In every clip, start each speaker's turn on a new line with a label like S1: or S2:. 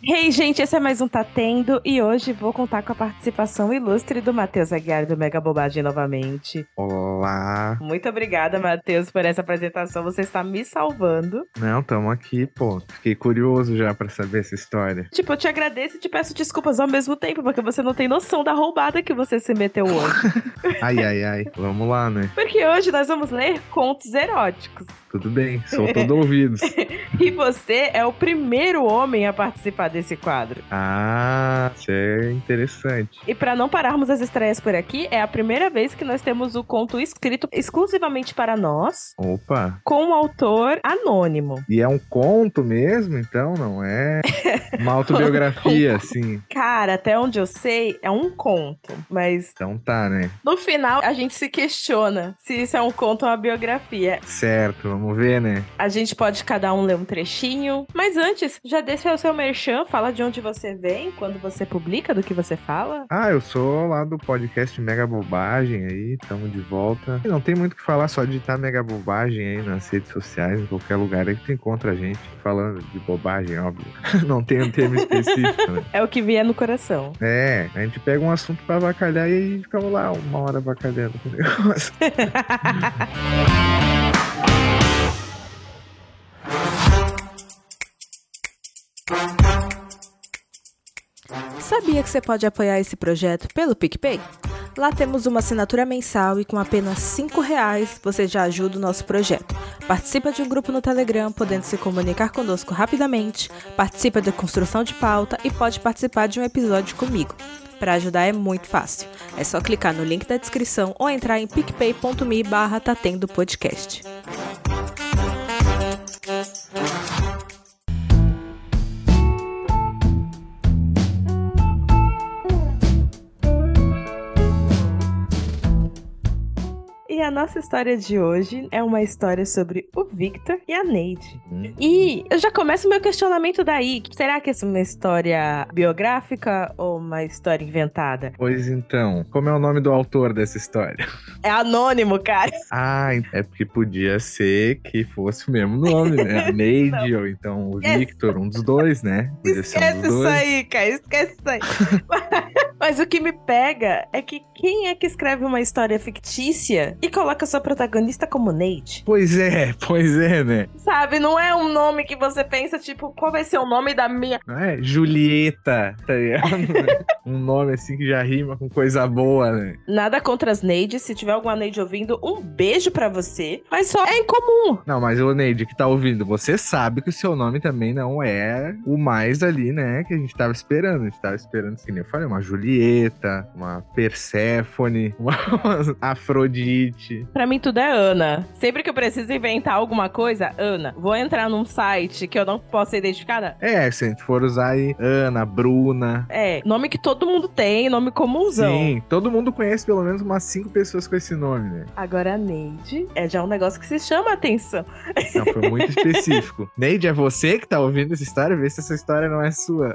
S1: bem, gente? Esse é mais um Tá Tendo e hoje vou contar com a participação ilustre do Matheus Aguiar do Mega Bobagem novamente.
S2: Olá.
S1: Muito obrigada, Matheus, por essa apresentação. Você está me salvando.
S2: Não, tamo aqui, pô. Fiquei curioso já pra saber essa história.
S1: Tipo, eu te agradeço e te peço desculpas ao mesmo tempo, porque você não tem noção da roubada que você se meteu hoje.
S2: Ai, ai, ai. Vamos lá, né?
S1: Porque hoje nós vamos ler contos eróticos.
S2: Tudo bem, sou todo ouvidos.
S1: E você é o primeiro homem a participar desse quadro.
S2: Ah, isso é interessante.
S1: E pra não pararmos as estreias por aqui, é a primeira vez que nós temos o conto escrito exclusivamente para nós,
S2: Opa.
S1: com um autor anônimo.
S2: E é um conto mesmo, então? Não é uma autobiografia, assim.
S1: Cara, até onde eu sei, é um conto, mas
S2: Então tá, né?
S1: no final a gente se questiona se isso é um conto ou uma biografia.
S2: Certo, vamos ver, né?
S1: A gente pode cada um ler um trechinho, mas antes, já deixa o seu merchan, fala de onde você vem, quando você publica, do que você fala.
S2: Ah, eu sou lá do podcast Mega Bobagem aí, tamo de volta. E não tem muito o que falar, só digitar Mega Bobagem aí nas redes sociais, em qualquer lugar aí que tu encontra a gente falando de bobagem, óbvio. Não tem um termo específico, né?
S1: É o que vier no coração.
S2: É, a gente pega um assunto pra avacalhar e aí ficamos lá uma hora avacalhando com o negócio.
S3: Sabia que você pode apoiar esse projeto pelo PicPay? Lá temos uma assinatura mensal e com apenas R$ reais você já ajuda o nosso projeto. Participa de um grupo no Telegram, podendo se comunicar conosco rapidamente, participa da construção de pauta e pode participar de um episódio comigo. Para ajudar é muito fácil. É só clicar no link da descrição ou entrar em picpay.me barra Tatendo Podcast.
S1: E a nossa história de hoje é uma história sobre o Victor e a Neide. E eu já começo o meu questionamento daí. Será que essa é uma história biográfica ou uma história inventada?
S2: Pois então, como é o nome do autor dessa história?
S1: É anônimo, cara.
S2: Ah, é porque podia ser que fosse o mesmo nome, né? Neide ou então o
S1: Esquece.
S2: Victor, um dos dois, né? Podia ser um
S1: Esquece
S2: dos
S1: isso
S2: dois.
S1: aí, cara. Esquece isso aí. Mas o que me pega é que quem é que escreve uma história fictícia e coloca sua protagonista como Neide?
S2: Pois é, pois é, né?
S1: Sabe, não é um nome que você pensa, tipo, qual vai ser o nome da minha.
S2: Não é Julieta, tá ligado? um nome assim que já rima com coisa boa, né?
S1: Nada contra as Neides. Se tiver alguma Neide ouvindo, um beijo pra você. Mas só é incomum.
S2: Não, mas o Neide que tá ouvindo, você sabe que o seu nome também não é o mais ali, né? Que a gente tava esperando. A gente tava esperando, assim, nem eu falei, uma Julieta, uma Perséfone, uma Afrodite.
S1: Pra mim tudo é Ana. Sempre que eu preciso inventar alguma coisa, Ana, vou entrar num site que eu não posso ser identificada.
S2: É, se a gente for usar aí, Ana, Bruna.
S1: É, nome que todo mundo tem, nome comunzão.
S2: Sim, todo mundo conhece pelo menos umas cinco pessoas com esse nome, né?
S1: Agora a Neide é já um negócio que se chama a atenção.
S2: Não, foi muito específico. Neide, é você que tá ouvindo essa história? Vê se essa história não é sua.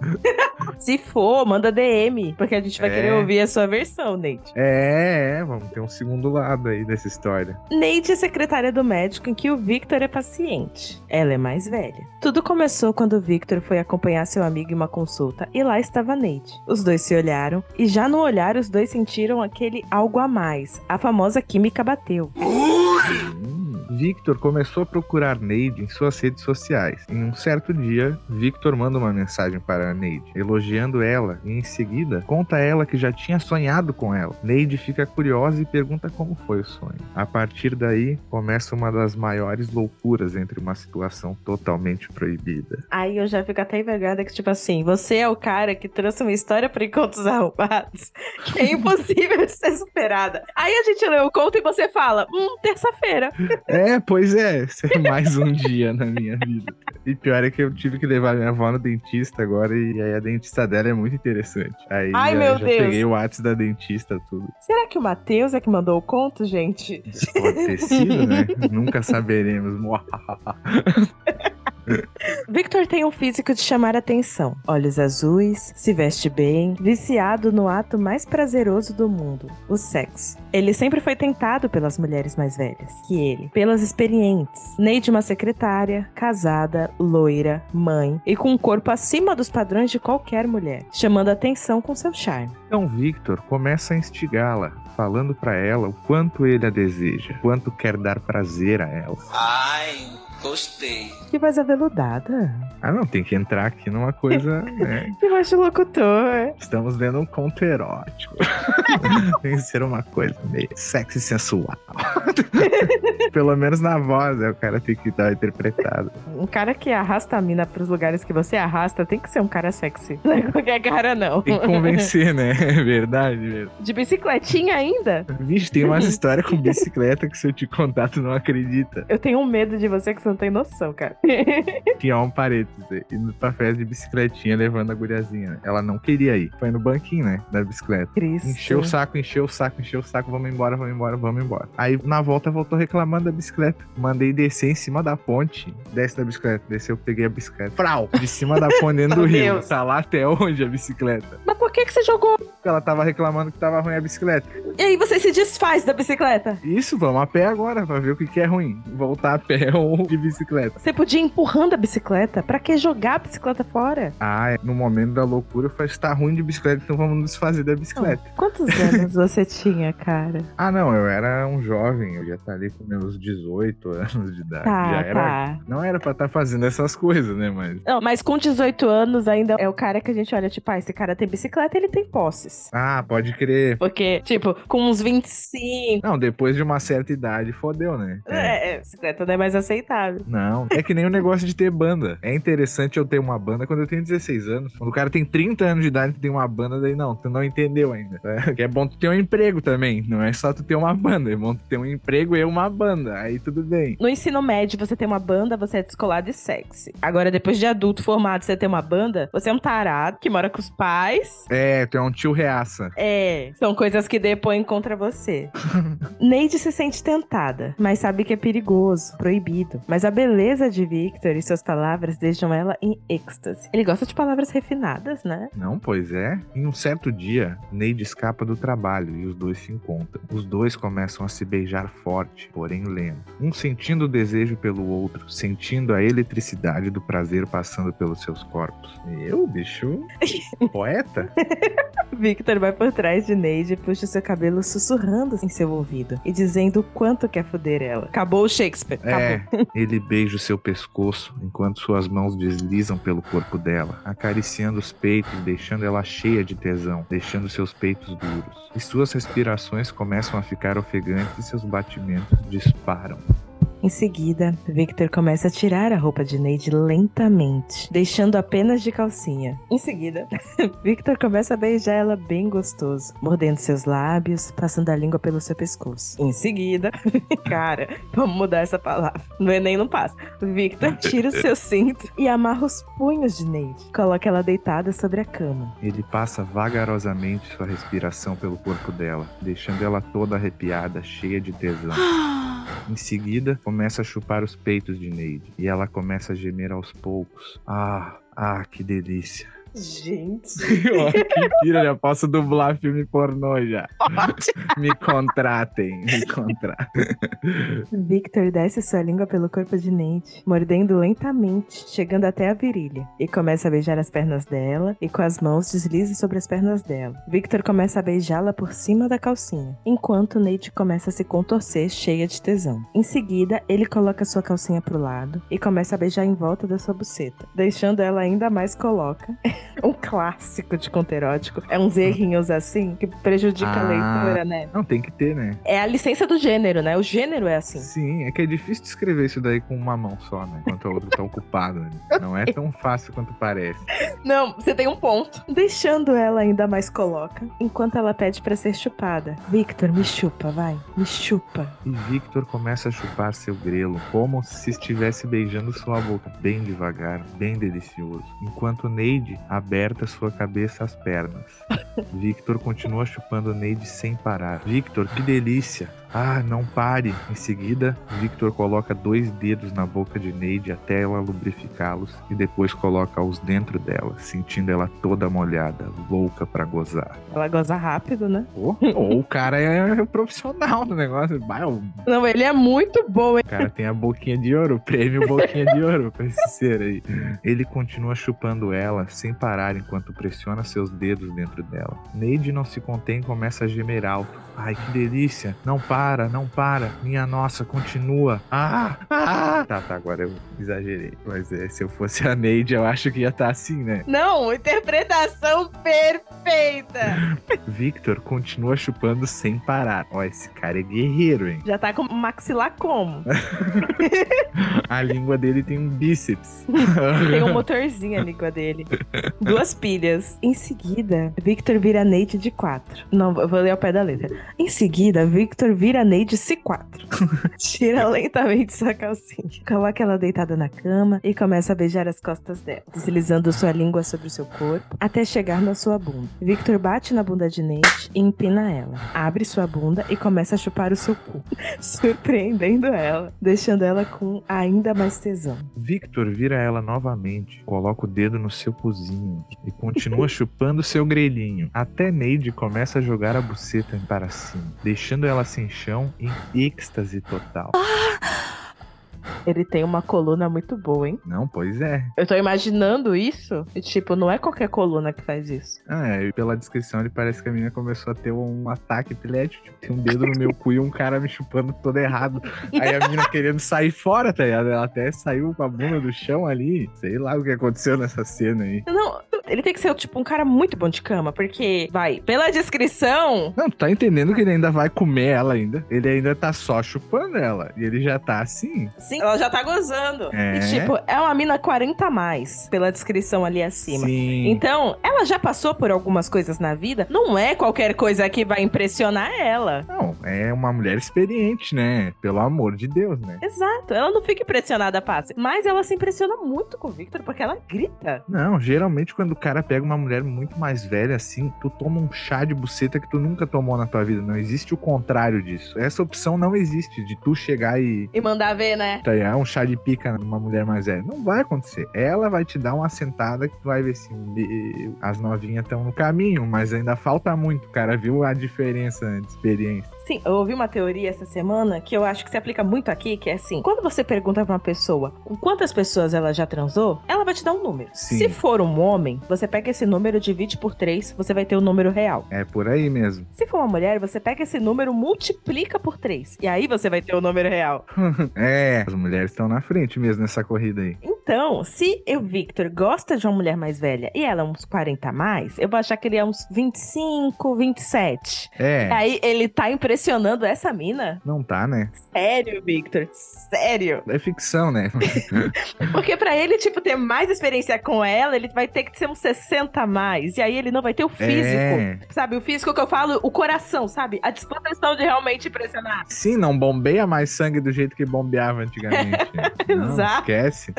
S1: Se for, manda DM, porque a gente vai
S2: É.
S1: querer ouvir a sua versão, Neide.
S2: É, é, vamos ter um segundo lado aí dessa história.
S1: Neide é secretária do médico em que o Victor é paciente. Ela é mais velha. Tudo começou quando o Victor foi acompanhar seu amigo em uma consulta e lá estava Neide. Os dois se olharam e já no olhar os dois sentiram aquele algo a mais. A famosa química bateu.
S2: Hum. Victor começou a procurar Neide em suas redes sociais. Em um certo dia, Victor manda uma mensagem para Neide, elogiando ela e em seguida conta a ela que já tinha sonhado com ela. Neide fica curiosa e pergunta como foi o sonho. A partir daí, começa uma das maiores loucuras entre uma situação totalmente proibida.
S1: Aí eu já fico até envergada que, tipo assim, você é o cara que trouxe uma história para encontros arrumados que é impossível de ser superada. Aí a gente lê o conto e você fala, hum, terça-feira.
S2: É, pois é. Esse é mais um dia na minha vida. E pior é que eu tive que levar minha avó no dentista agora, e aí a dentista dela é muito interessante. Aí
S1: Ai,
S2: já,
S1: meu
S2: já
S1: Deus.
S2: peguei o WhatsApp da dentista, tudo.
S1: Será que o Matheus é que mandou o conto, gente?
S2: Isso pode ter sido, né? Nunca saberemos. Muá.
S1: Victor tem um físico de chamar atenção. Olhos azuis, se veste bem, viciado no ato mais prazeroso do mundo, o sexo. Ele sempre foi tentado pelas mulheres mais velhas que ele, pelas experientes. Neide, uma secretária, casada, loira, mãe e com um corpo acima dos padrões de qualquer mulher, chamando atenção com seu charme.
S2: Então Victor começa a instigá-la, falando pra ela o quanto ele a deseja, quanto quer dar prazer a ela.
S4: Ai, gostei.
S1: Que voz aveludada.
S2: Ah, não, tem que entrar aqui numa coisa, né?
S1: Que voz de locutor.
S2: Estamos vendo um conto erótico. tem que ser uma coisa meio sexy e sensual. Pelo menos na voz, né? O cara tem que dar uma interpretada.
S1: Um cara que arrasta a mina pros lugares que você arrasta tem que ser um cara sexy. Não é qualquer cara, não.
S2: Tem que convencer, né? É verdade mesmo.
S1: De bicicletinha ainda?
S2: Vixe, tem umas histórias com bicicleta que se eu te contar, tu não acredita.
S1: Eu tenho um medo de você que você não tem noção, cara.
S2: Tinha um parêntese, indo pra festa de bicicletinha, levando a guriazinha. né? Ela não queria ir. Foi no banquinho, né? Da bicicleta.
S1: Cristo.
S2: Encheu o saco, encheu o saco, encheu o saco, vamos embora, vamos embora, vamos embora. Aí na volta voltou reclamando da bicicleta. Mandei descer em cima da ponte. Desce da bicicleta, desceu, peguei a bicicleta. Frau! De cima da ponte dentro do
S1: Meu
S2: rio.
S1: Deus.
S2: Tá lá até onde a bicicleta?
S1: Mas por que, que você jogou?
S2: Porque ela tava reclamando que tava ruim a bicicleta.
S1: E aí você se desfaz da bicicleta?
S2: Isso, vamos a pé agora pra ver o que, que é ruim. Voltar a pé ou de bicicleta.
S1: Você podia ir empurrando a bicicleta? Pra que jogar a bicicleta fora?
S2: Ah, é, no momento da loucura, eu falei, tá ruim de bicicleta, então vamos nos fazer da bicicleta.
S1: Quantos anos você tinha, cara?
S2: Ah, não, eu era um jovem, eu já tá ali com meus 18 anos de idade. já
S1: Tá,
S2: era.
S1: tá.
S2: Não era pra estar fazendo essas coisas, né, mas.
S1: Não, mas com 18 anos ainda é o cara que a gente olha, tipo, ah, esse cara tem bicicleta, ele tem posses.
S2: Ah, pode crer.
S1: Porque, tipo, com uns 25,
S2: Não, depois de uma certa idade, fodeu, né?
S1: é, é, bicicleta não é mais aceitável.
S2: Não, é que nem o negócio de ter banda. É interessante eu ter uma banda quando eu tenho 16 anos. Quando o cara tem 30 anos de idade e tem uma banda, daí não, tu não entendeu ainda. É, que é bom tu ter um emprego também. Não é só tu ter uma banda, é bom tu ter um emprego e uma banda. Aí tudo bem.
S1: No ensino médio, você tem uma banda, você é descolado e sexy. Agora, depois de adulto formado, você tem uma banda, você é um tarado que mora com os pais.
S2: É, tu é um tio reaça.
S1: É, são coisas que depõem contra você. Neide se sente tentada, mas sabe que é perigoso, proibido. Mas a beleza de Victor e suas palavras deixam ela em êxtase. Ele gosta de palavras refinadas, né?
S2: Não, pois é. Em um certo dia, Neide escapa do trabalho e os dois se encontram. Os dois começam a se beijar forte, porém lento. Um sentindo o desejo pelo outro, sentindo a eletricidade do prazer passando pelos seus corpos. Eu, bicho? Poeta?
S1: Victor vai por trás de Neide e puxa seu cabelo sussurrando em seu ouvido e dizendo o quanto quer foder ela. Acabou o Shakespeare.
S2: É.
S1: Acabou.
S2: Ele beija o seu pescoço enquanto suas mãos deslizam pelo corpo dela, acariciando os peitos, deixando ela cheia de tesão, deixando seus peitos duros. E suas respirações começam a ficar ofegantes e seus batimentos disparam.
S1: Em seguida, Victor começa a tirar a roupa de Neide lentamente, deixando apenas de calcinha. Em seguida, Victor começa a beijar ela bem gostoso, mordendo seus lábios, passando a língua pelo seu pescoço. Em seguida, cara, vamos mudar essa palavra. No Enem não passa. Victor tira o seu cinto e amarra os punhos de Neide. Coloca ela deitada sobre a cama.
S2: Ele passa vagarosamente sua respiração pelo corpo dela, deixando ela toda arrepiada, cheia de tesão. Em seguida, começa a chupar os peitos de Neide e ela começa a gemer aos poucos. Ah, ah, que delícia.
S1: Gente.
S2: Ó, que pira, já posso dublar filme pornô já. Me contratem, me contratem.
S1: Victor desce sua língua pelo corpo de Neide, mordendo lentamente, chegando até a virilha, e começa a beijar as pernas dela e com as mãos desliza sobre as pernas dela. Victor começa a beijá-la por cima da calcinha, enquanto Neide começa a se contorcer cheia de tesão. Em seguida, ele coloca sua calcinha pro lado e começa a beijar em volta da sua buceta, deixando ela ainda mais coloca. um clássico de conto erótico. É uns errinhos assim que prejudica a
S2: Ah.
S1: leitura, né?
S2: Não, tem que ter, né?
S1: É a licença do gênero, né? O gênero é assim.
S2: Sim, é que é difícil escrever isso daí com uma mão só, né? Enquanto a outra tá ocupada. né? Não é tão fácil quanto parece.
S1: Não, você tem um ponto. Deixando ela ainda mais coloca, enquanto ela pede pra ser chupada. Victor, me chupa, vai. Me chupa.
S2: E Victor começa a chupar seu grelo, como se estivesse beijando sua boca, bem devagar, bem delicioso, enquanto Neide aberta sua cabeça às pernas. Victor continua chupando Neide sem parar. Victor, que delícia! Ah, não pare. Em seguida, Victor coloca dois dedos na boca de Neide até ela lubrificá-los e depois coloca-os dentro dela, sentindo ela toda molhada, louca pra gozar.
S1: Ela goza rápido, né?
S2: Ou o cara é o profissional do negócio. Bah, O
S1: Não, ele é muito bom, hein?
S2: cara tem a boquinha de ouro, prêmio boquinha de ouro pra esse ser aí. Ele continua chupando ela sem parar enquanto pressiona seus dedos dentro dela. Neide não se contém e começa a gemer alto. Ai, que delícia! Não para, não para! Minha nossa, continua! Ah! Ah! Tá, tá, agora eu exagerei. Mas é, se eu fosse a Neide, eu acho que ia estar assim, né?
S1: Não, interpretação perfeita.
S2: Victor continua chupando sem parar. Ó, esse cara é guerreiro, hein?
S1: Já tá com o maxilar como?
S2: A língua dele tem um bíceps.
S1: Tem um motorzinho a língua dele. Duas pilhas. Em seguida, Victor vira Neide de 4. Não, eu vou ler ao pé da letra. Em seguida, Victor vira Neide C4. Tira lentamente sua calcinha. Coloca ela deitada na cama e começa a beijar as costas dela, deslizando sua língua sobre o seu corpo até chegar na sua bunda. Victor bate na bunda de Neide e empina ela. Abre sua bunda e começa a chupar o seu cu, surpreendendo ela, deixando ela com ainda mais tesão.
S2: Victor vira ela novamente, coloca o dedo no seu cozinho e continua chupando seu grelhinho. Até Neide começa a jogar a buceta para cima, deixando ela sem chão em êxtase total.
S1: Ele tem uma coluna muito boa, hein?
S2: Não, pois é.
S1: Eu tô imaginando isso. E, tipo, não é qualquer coluna que faz isso.
S2: Ah, é, e pela descrição, ele parece que a menina começou a ter um ataque epilético. Tipo, tem um dedo no meu cu e um cara me chupando todo errado. Aí a menina querendo sair fora, tá ligado? Ela até saiu com a bunda do chão ali. Sei lá o que aconteceu nessa cena aí.
S1: Não, ele tem que ser, tipo, um cara muito bom de cama, porque, vai, pela descrição.
S2: Não, tu tá entendendo que ele ainda vai comer ela ainda. Ele ainda tá só chupando ela. E ele já tá assim.
S1: Sim, ela já tá gozando.
S2: É.
S1: E, tipo, é uma mina 40 a mais, pela descrição ali acima.
S2: Sim.
S1: Então, ela já passou por algumas coisas na vida. Não é qualquer coisa que vai impressionar ela.
S2: Não, é uma mulher experiente, né? Pelo amor de Deus, né?
S1: Exato, ela não fica impressionada fácil. Mas ela se impressiona muito com o Victor, porque ela grita.
S2: Não, geralmente quando o cara pega uma mulher muito mais velha assim, tu toma um chá de buceta que tu nunca tomou na tua vida. Não existe o contrário disso. Essa opção não existe de tu chegar e
S1: E mandar ver, né?
S2: tá, é um chá de pica numa mulher mais velha. Não vai acontecer. Ela vai te dar uma sentada que tu vai ver assim, "Meu, as novinhas estão no caminho, mas ainda falta muito. O cara viu a diferença né, de experiência.
S1: Sim, eu ouvi uma teoria essa semana que eu acho que se aplica muito aqui, que é assim: quando você pergunta pra uma pessoa com quantas pessoas ela já transou, ela vai te dar um número.
S2: Sim.
S1: Se for um homem, você pega esse número, divide por três você vai ter o número real.
S2: É por aí mesmo.
S1: Se for uma mulher, você pega esse número, multiplica por três e aí você vai ter o número real.
S2: É, as mulheres estão na frente mesmo nessa corrida aí.
S1: Então, se o Victor gosta de uma mulher mais velha e ela é uns 40 a mais, eu vou achar que ele é uns 25, 27.
S2: É,
S1: Aí ele tá impressionando essa mina?
S2: não tá, né?
S1: Sério, Victor? Sério?
S2: É ficção, né?
S1: Porque pra ele, tipo, ter mais experiência com ela, ele vai ter que ser um 60 a mais. E aí ele não vai ter o físico.
S2: É.
S1: Sabe, o físico que eu falo, o coração, sabe? A disposição de realmente impressionar.
S2: Sim, não bombeia mais sangue do jeito que bombeava antigamente. Não,
S1: Exato.
S2: esquece.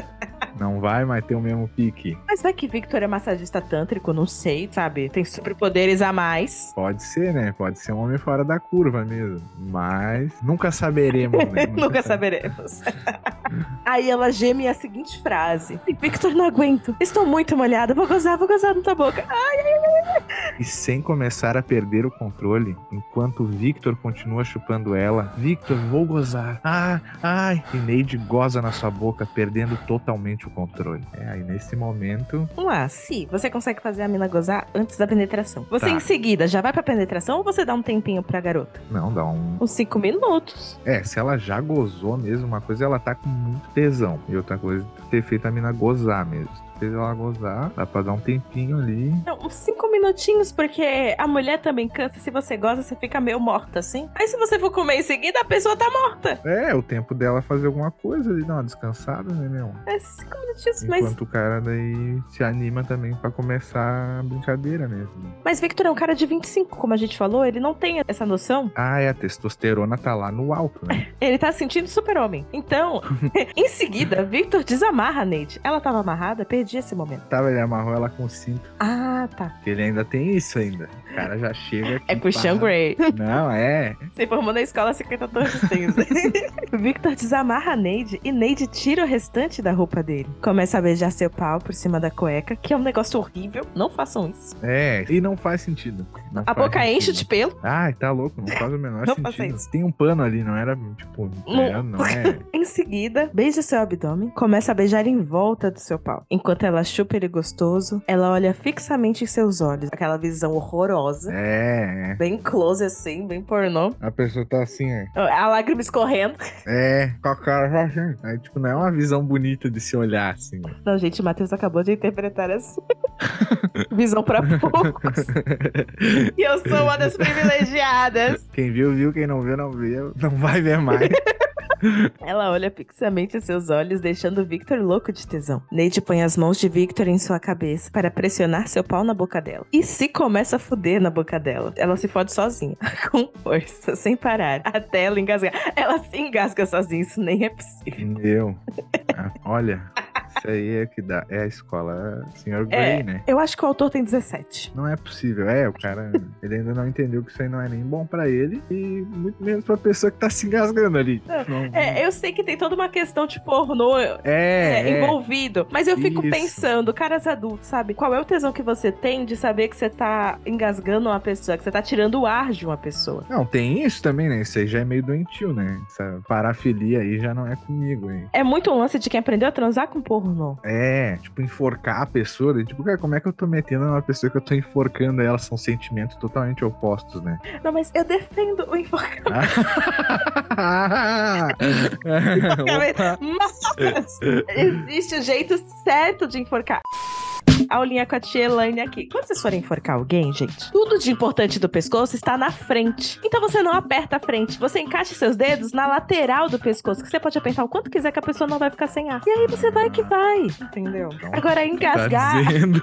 S2: Não vai mais ter o mesmo pique.
S1: Mas vai que Victor é massagista tântrico, não sei, sabe? Tem superpoderes a mais.
S2: Pode ser, né? Pode ser um homem fora da curva mesmo. Mas nunca saberemos, né?
S1: Nunca saberemos. aí ela geme a seguinte frase: Victor, não aguento. Estou muito molhada. Vou gozar, vou gozar na tua boca. Ai, ai, ai.
S2: E sem começar a perder o controle, enquanto Victor continua chupando ela, Victor, vou gozar. Ah, ai. E Neide goza na sua boca, perdendo totalmente o controle. É, aí nesse momento.
S1: Vamos lá, se você consegue fazer a mina gozar antes da penetração. Você
S2: Tá.
S1: em seguida já vai pra penetração ou você dá um tempinho pra garota?
S2: Não, dá um.
S1: Uns 5 minutos.
S2: É, se ela já gozou mesmo, uma coisa é ela tá com muito tesão. E outra coisa é ter feito a mina gozar mesmo. Se tu Fez ela gozar, dá pra dar um tempinho ali.
S1: Não, uns 5 minutinhos, porque a mulher também cansa. Se você goza, você fica meio morta, assim. Aí se você for comer em seguida, a pessoa tá morta.
S2: É, o tempo dela fazer alguma coisa ali, dar uma descansada, né, meu?
S1: É 5 minutinhos, mas,
S2: Enquanto o cara daí se anima também pra começar a brincadeira mesmo.
S1: mas Victor é um cara de 25, como a gente falou, ele não tem essa noção.
S2: Ah, é, a testosterona tá lá no alto, né?
S1: Ele tá se sentindo super-homem. Então, em seguida, Victor desamarra a Neide. Ela tava amarrada, perdi esse momento.
S2: Tava, ele amarrou ela com o cinto.
S1: Ah, tá.
S2: Porque ele Ainda tem isso ainda. O cara já chega aqui.
S1: É Christian
S2: pá.
S1: Grey.
S2: Não, é.
S1: Se formou na escola secreta todos os tempos. Victor desamarra a Neide e Neide tira o restante da roupa dele. Começa a beijar seu pau por cima da cueca, que é um negócio horrível. Não façam isso.
S2: É. E não faz sentido. Não
S1: A
S2: faz
S1: boca enche
S2: sentido.
S1: de pelo.
S2: Ai, tá louco, não faz o menor
S1: Não faça
S2: sentido.
S1: isso.
S2: Tem um pano ali, não era, tipo, é, não é.
S1: Em seguida, beija seu abdômen, começa a beijar em volta do seu pau. Enquanto ela chupa ele gostoso, ela olha fixamente em seus olhos. Aquela visão horrorosa.
S2: É, é.
S1: Bem close assim, bem pornô.
S2: A pessoa tá assim, é.
S1: A lágrima escorrendo.
S2: É, com a cara já assim. Aí, tipo, não é uma visão bonita de se olhar, assim. né?
S1: Não, gente, o Matheus acabou de interpretar assim. visão pra poucos. E eu sou uma das privilegiadas.
S2: Quem viu, viu. Quem não viu, não viu. Não vai ver mais.
S1: Ela olha fixamente os seus olhos, deixando Victor louco de tesão. Neide põe as mãos de Victor em sua cabeça para pressionar seu pau na boca dela. E se começa a foder na boca dela, ela se fode sozinha, com força, sem parar, até ela engasgar. Ela se engasga sozinha, isso nem é possível.
S2: Meu. Ah, Olha, isso aí é o que dá. É a escola Sr. Grey, né?
S1: Eu acho que o autor tem 17.
S2: Não é possível. É, o cara, ele ainda não entendeu que isso aí não é nem bom pra ele e muito menos pra pessoa que tá se engasgando ali. Não-
S1: É, eu sei que tem toda uma questão de pornô é,
S2: é, é.
S1: envolvido. Mas eu fico
S2: Isso.
S1: pensando, caras adultos, sabe? Qual é o tesão que você tem de saber que você tá engasgando uma pessoa, que você tá tirando o ar de uma pessoa?
S2: Não, tem isso também, né? Isso aí já é meio doentio, né? Essa parafilia aí já não é comigo, hein?
S1: É muito um lance de quem aprendeu a transar com pornô.
S2: É, tipo, enforcar a pessoa. né? Tipo, cara, como é que eu tô metendo uma pessoa que eu tô enforcando ela? São sentimentos totalmente opostos, né?
S1: Não, mas eu defendo o enforcamento. Tá
S2: Opa.
S1: Mas existe o jeito certo de enforcar. Aulinha com a tia Elaine aqui. Quando vocês forem enforcar alguém, gente, tudo de importante do pescoço está na frente. Então você não aperta a frente. Você encaixa seus dedos na lateral do pescoço, que você pode apertar o quanto quiser que a pessoa não vai ficar sem ar. E aí você vai que vai, entendeu?
S2: Então,
S1: Agora
S2: Tá
S1: engasgar.
S2: dizendo.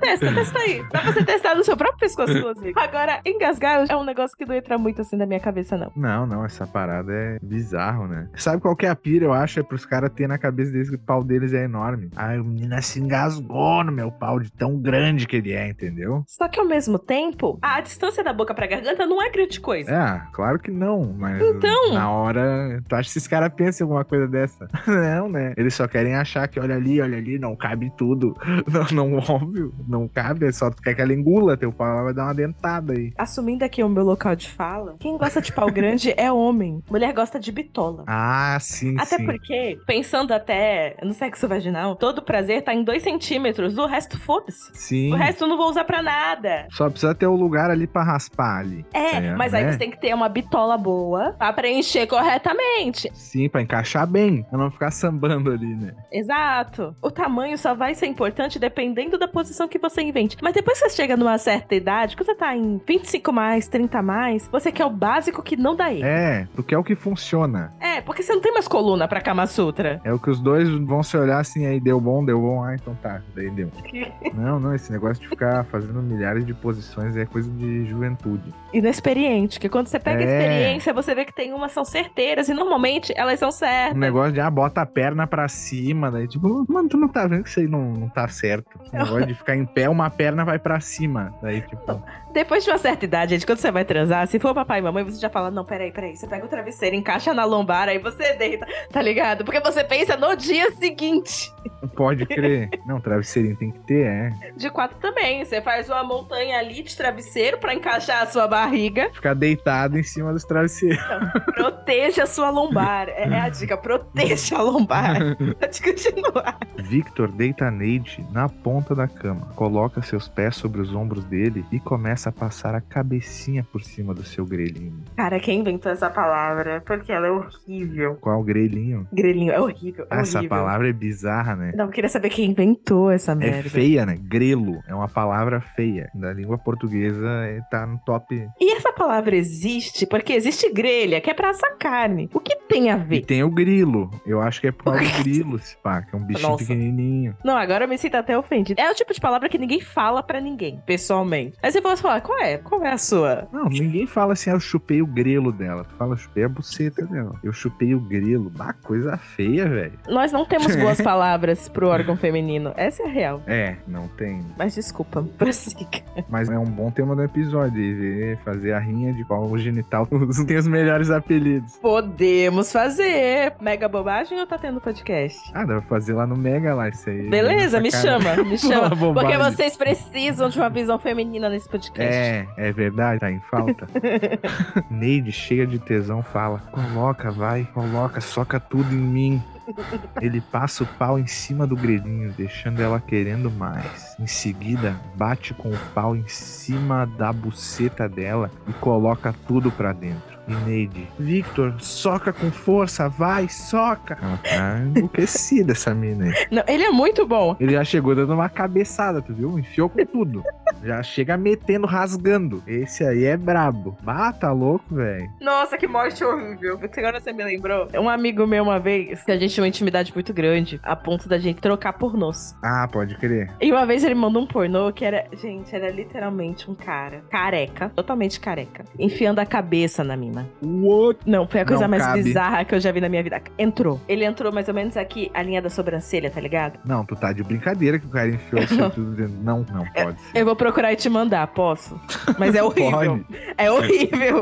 S1: Testa, testa aí. Dá pra você testar no seu próprio pescoço, inclusive. Agora, engasgar é um negócio que não entra muito assim na minha cabeça, não.
S2: Não, não, essa parada é bizarro, né? Sabe qual que é a pira, eu acho? É pros caras ter na cabeça deles que o pau deles é enorme. Ai, o menino se engasgou no meu pau de tão grande que ele é, entendeu?
S1: Só que ao mesmo tempo, a distância da boca pra garganta não é grande coisa.
S2: Ah, claro que não, mas
S1: Então?
S2: na hora, tu acha que esses caras pensam em alguma coisa dessa? Não, né? Eles só querem achar que olha ali, olha ali, não cabe tudo. Não, não óbvio, não cabe, é só tu quer que ela engula, teu pau ela vai dar uma dentada aí.
S1: Assumindo aqui o meu local de fala, quem gosta de pau grande é homem. Mulher gosta de bitola.
S2: Ah, sim,
S1: Até
S2: sim.
S1: porque, pensando até no sexo vaginal, todo prazer tá em 2 centímetros, o resto foda-se.
S2: Sim.
S1: O resto eu não vou usar pra nada.
S2: Só precisa ter o lugar ali pra raspar ali.
S1: É,
S2: É,
S1: mas aí
S2: né?
S1: você tem que ter uma bitola boa pra preencher corretamente.
S2: Sim, pra encaixar bem, pra não ficar sambando ali, né?
S1: Exato. O tamanho só vai ser importante dependendo da posição que você invente. Mas depois que você chega numa certa idade, quando você tá em 25 mais, 30 mais, você quer o básico que não dá erro.
S2: É, porque é o que funciona.
S1: É, porque você não tem mais coluna pra Kama Sutra.
S2: É o que os dois vão se olhar assim, aí deu bom, deu bom, ah, então tá, daí deu. Não, não, esse negócio de ficar fazendo milhares de posições é coisa de juventude.
S1: Inexperiente, que quando você pega a
S2: É.
S1: experiência, você vê que tem umas são certeiras e normalmente elas são
S2: Um
S1: certas.
S2: negócio de, ah, bota a perna pra cima, daí tipo, mano, tu não tá vendo que isso aí não, não tá certo. Esse negócio de ficar em pé, uma perna vai pra cima. Daí, tipo,
S1: Depois de uma certa idade, gente, quando você vai transar, se for papai e mamãe, você já fala: Não, peraí, peraí. Você pega o travesseiro, encaixa na lombar, aí você deita, tá ligado? Porque você pensa no dia seguinte.
S2: não pode crer. Não, travesseirinho tem que ter, é.
S1: De quatro também. Você faz uma montanha ali de travesseiro pra encaixar a sua barriga.
S2: Ficar deitado em cima dos travesseiros.
S1: Proteja a sua lombar. É, é a dica. Proteja a lombar. Pode continuar.
S2: Victor deita Neide na ponta da cama, coloca seus pés sobre os ombros dele e começa a passar a cabecinha por cima do seu grelhinho.
S1: Cara, quem inventou essa palavra? Porque ela é horrível.
S2: Qual grelhinho?
S1: Grelhinho, é horrível. É
S2: Essa
S1: horrível.
S2: palavra é bizarra, né?
S1: Não, eu queria saber quem inventou essa
S2: É
S1: merda.
S2: feia, né? Grelo é uma palavra feia. Da língua portuguesa é- tá no top.
S1: e essa palavra existe porque existe grelha, que é pra essa carne. O que tem a
S2: E
S1: ver?
S2: tem o grilo. Eu acho que é por causa do grilo, esse pá, que é um bicho
S1: Nossa.
S2: pequenininho.
S1: Não, agora eu me sinto até ofendida. É o tipo de palavra que ninguém fala pra ninguém, pessoalmente. Aí você pode falar, qual é? Qual é a sua?
S2: Não, ninguém fala assim, ah, eu chupei o grelo dela. Tu fala, eu chupei a buceta dela. Eu chupei o grelo. Bah, coisa feia, velho.
S1: Nós não temos boas palavras pro órgão feminino. Essa é a real.
S2: É, não tem.
S1: Mas desculpa, prossiga.
S2: Mas é um bom tema do episódio, aí, ver, fazer a rinha de qual o genital tem os melhores apelidos.
S1: Podemos fazer. Mega bobagem ou tá tendo podcast?
S2: Ah, dá pra fazer lá no Mega lá isso aí.
S1: Beleza, me
S2: Sacanagem.
S1: chama, me
S2: Fala
S1: chama. Porque
S2: bobagem.
S1: vocês precisam de uma visão feminina nesse podcast.
S2: É, é verdade, tá em falta. Neide, cheia de tesão, fala: coloca, vai, coloca, soca tudo em mim. Ele passa o pau em cima do grelhinho, deixando ela querendo mais. Em seguida, bate com o pau em cima da buceta dela e coloca tudo pra dentro. E Neide, Victor, soca com força, vai, soca! Ela tá enlouquecida essa mina aí.
S1: Não, ele é muito bom.
S2: Ele já chegou dando uma cabeçada, tu viu? Enfiou com tudo. Já chega metendo, rasgando. Esse aí é brabo. Ah, tá louco, velho.
S1: Nossa, que morte horrível. Porque agora você me lembrou. Um amigo meu, uma vez, que a gente tinha uma intimidade muito grande, a ponto da gente trocar pornôs.
S2: Ah, pode crer.
S1: E uma vez ele mandou um pornô que era, gente, era literalmente um cara careca, totalmente careca, enfiando a cabeça na mina.
S2: What?
S1: Não, foi a coisa
S2: Não
S1: mais
S2: cabe.
S1: bizarra que eu já vi na minha vida. Entrou. Ele entrou mais ou menos aqui, a linha da sobrancelha, tá ligado?
S2: Não, tu tá de brincadeira que o cara enfiou isso tudo dentro. Não, não pode ser.
S1: Eu vou procurar e te mandar, posso? É, Mas é horrível. é horrível.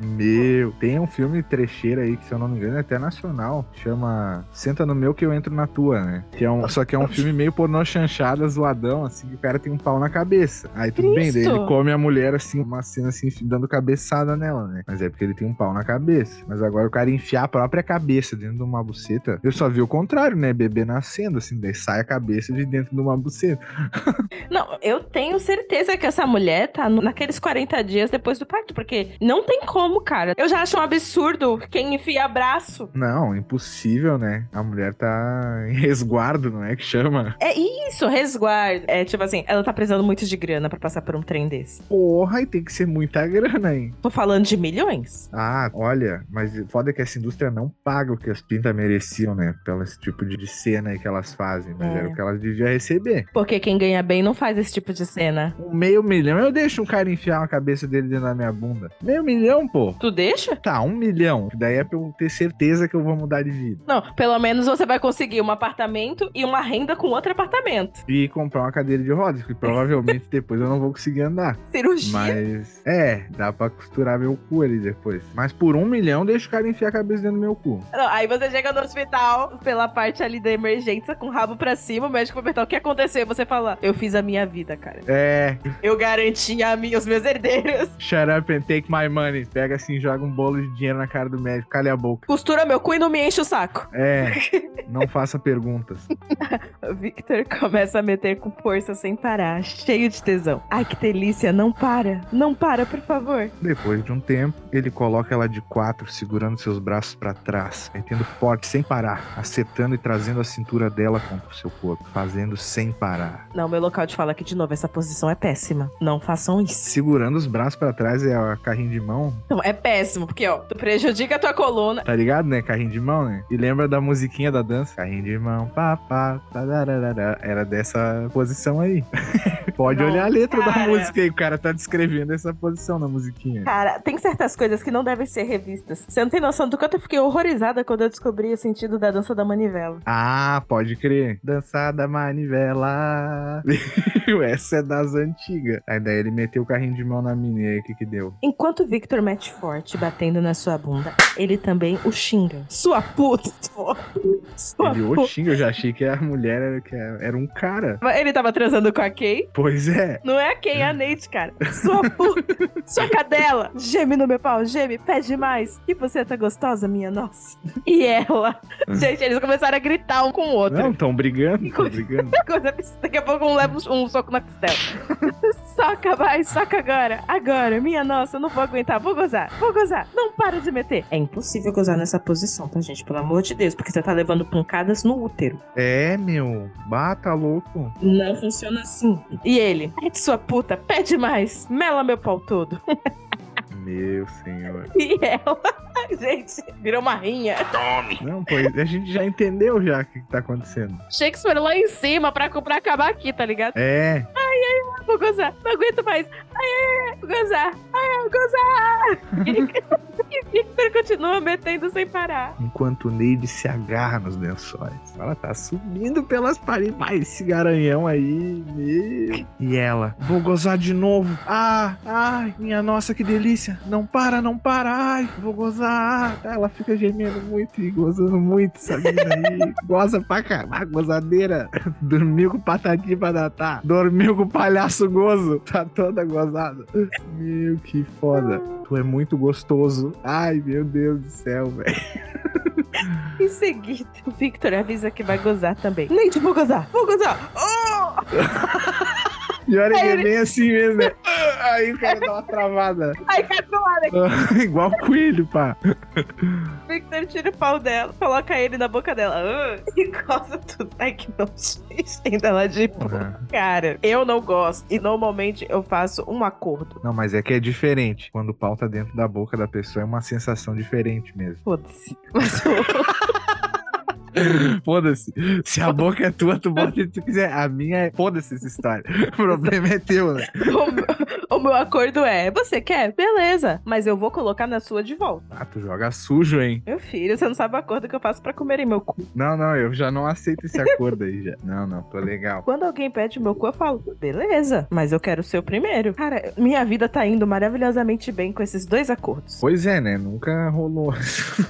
S2: Meu, tem um filme trecheiro aí que, se eu não me engano, é até nacional. Chama Senta no Meu Que Eu Entro na Tua, né? Que é um, só que é um filme meio pornô chanchada, zoadão, assim, que o cara tem um pau na cabeça. Aí tudo bem, daí
S1: Cristo!
S2: ele come a mulher, assim, uma cena assim, dando cabeçada nela, né? Mas é porque ele tem um pau na cabeça. Mas agora o cara enfiar a própria cabeça dentro de uma buceta, eu só vi o contrário, né? Bebê nascendo, assim, daí sai a cabeça de dentro de uma buceta.
S1: Não, eu tenho certeza que essa mulher tá no- naqueles 40 dias depois do parto, porque não tem como, cara. Eu já acho um absurdo quem enfia braço.
S2: Não, impossível, né? A mulher tá em resguardo, não é que chama?
S1: É isso, resguardo. É tipo assim, ela tá precisando muito de grana pra passar por um trem desse.
S2: Porra, e tem que ser muita grana, hein?
S1: Tô falando de milhões.
S2: Ah, olha, mas foda que essa indústria não paga o que as pintas mereciam, né? Pelo esse tipo de cena aí que elas fazem, mas
S1: É.
S2: era o que elas deviam receber.
S1: Porque quem ganha bem não faz esse tipo de cena.
S2: Um meio milhão, eu deixo um cara enfiar a cabeça dele dentro da minha bunda. Meio milhão, pô.
S1: Tu deixa?
S2: Tá, um milhão. que Daí é pra eu ter certeza que eu vou mudar de vida.
S1: Não, pelo menos você vai conseguir um apartamento e uma renda com outro apartamento.
S2: E comprar uma cadeira de rodas, que provavelmente depois eu não vou conseguir andar.
S1: Cirurgia.
S2: Mas, é, dá pra costurar meu cu ali depois. Mas por um milhão, deixa o cara enfiar a cabeça dentro do meu cu.
S1: Não, aí você chega no hospital pela parte ali da emergência com o rabo pra cima, o médico vai perguntar o que aconteceu. E você fala, eu fiz a minha vida, cara.
S2: É,
S1: Eu garanti a minha, os meus herdeiros.
S2: Shut up and take my money. Pega assim, joga um bolo de dinheiro na cara do médico, calha a boca.
S1: Costura meu cu e não me enche o saco.
S2: É, não faça perguntas.
S1: O Victor começa a meter com força sem parar, cheio de tesão. Ai, que delícia, não para. Não para, por favor.
S2: Depois de um tempo, ele coloca ela de quatro, segurando seus braços pra trás, metendo forte sem parar, acertando e trazendo a cintura dela contra o seu corpo, fazendo sem parar.
S1: Não, meu local de fala aqui de novo, essa posição é péssima. Não façam isso.
S2: Segurando os braços pra trás é a carrinho de mão,
S1: Não, é péssimo, porque, ó, tu prejudica a tua coluna.
S2: tá ligado, né? Carrinho de mão, né? E lembra da musiquinha da dança? Carrinho de mão, papá, tarararara. Era dessa posição aí. Pode
S1: Não,
S2: olhar a letra da
S1: cara.
S2: música aí, o cara tá descrevendo essa posição na musiquinha.
S1: Cara, tem certas coisas que não devem ser revistas. Você não tem noção do quanto eu fiquei horrorizada quando eu descobri o sentido da dança da manivela.
S2: Ah, pode crer. Dançar da manivela. Viu? essa é das antigas. Aí daí ele meteu o carrinho de mão na mina e aí o que que deu?
S1: Enquanto o Victor mete forte batendo na sua bunda, ele também o xinga. Sua puta! pô. Sua
S2: Ele,
S1: puta.
S2: oxinho, eu já achei que a mulher era, que era um cara.
S1: Ele tava transando com a Kay?
S2: Pois é.
S1: Não é a Kay, é a Nate, cara. Sua puta! sua cadela! Geme no meu pau, geme, pede mais. E você tá gostosa, minha nossa? E ela? Gente, eles começaram a gritar um com o outro.
S2: Não, tão brigando, tão brigando.
S1: Coisa absurda. Daqui a pouco um leva um, um soco na costela. soca, vai, soca agora. Agora, minha nossa, eu não vou aguentar. Vou gozar, vou gozar. Não para de meter. É impossível gozar nessa posição, tá, gente? Pelo amor de Deus, porque você tá levando pancadas no útero.
S2: É, meu. Bata louco.
S1: Não funciona assim. E ele? É de sua puta, pede mais. Mela meu pau todo.
S2: Meu senhor.
S1: E ela? Gente, virou uma rinha.
S2: Não, pois a gente já entendeu já o que que tá acontecendo.
S1: Shakespeare lá em cima pra, pra acabar aqui, tá ligado?
S2: É,
S1: Eu vou gozar, não aguento mais. Ai, ai, ai, vou gozar, ai, ai, vou gozar. E Victor continua metendo sem parar.
S2: enquanto o Neide se agarra nos lençóis. Ela tá subindo pelas paredes. Mas esse garanhão aí. meu. E ela, vou gozar de novo. Ah, ai, minha nossa, que delícia. Não para, não para. Ai, vou gozar. Ah, Ela fica gemendo muito e gozando muito, sabe? Aí, goza pra caralho, gozadeira. Dormiu com patati patatá. Dormiu com o palhaço gozo. Tá toda gozada. Meu, que foda. Tu é muito gostoso. Ai, meu Deus do céu, velho.
S1: Em seguida, o Victor avisa que vai gozar também. Neide, vou gozar, vou gozar.
S2: E olha que é bem assim mesmo, né? Aí o cara dá uma travada.
S1: Ai, catuada.
S2: Igual coelho, pá.
S1: O Victor tira o pau dela, coloca ele na boca dela. ah, e goza tudo. Ai, que nojo. Estenda ela de boca. Cara, eu não gosto. E normalmente eu faço um acordo.
S2: Não, mas é que é diferente. Quando o pau tá dentro da boca da pessoa, é uma sensação diferente mesmo.
S1: Foda-se. Mas o-
S2: Foda-se. Se a boca é tua, tu bota o que tu quiser. A minha é. Foda-se essa história. O problema é teu, né?
S1: o, meu- o meu acordo é: você quer? Beleza. Mas eu vou colocar na sua de volta.
S2: Ah, tu joga sujo, hein?
S1: Meu filho, você não sabe o acordo que eu faço pra comerem meu cu.
S2: Não, não, eu já não aceito esse acordo aí já. Não, não, tô legal.
S1: Quando alguém pede meu cu, eu falo, beleza, mas eu quero o seu primeiro. Cara, minha vida tá indo maravilhosamente bem com esses dois acordos.
S2: Pois é, né? Nunca rolou.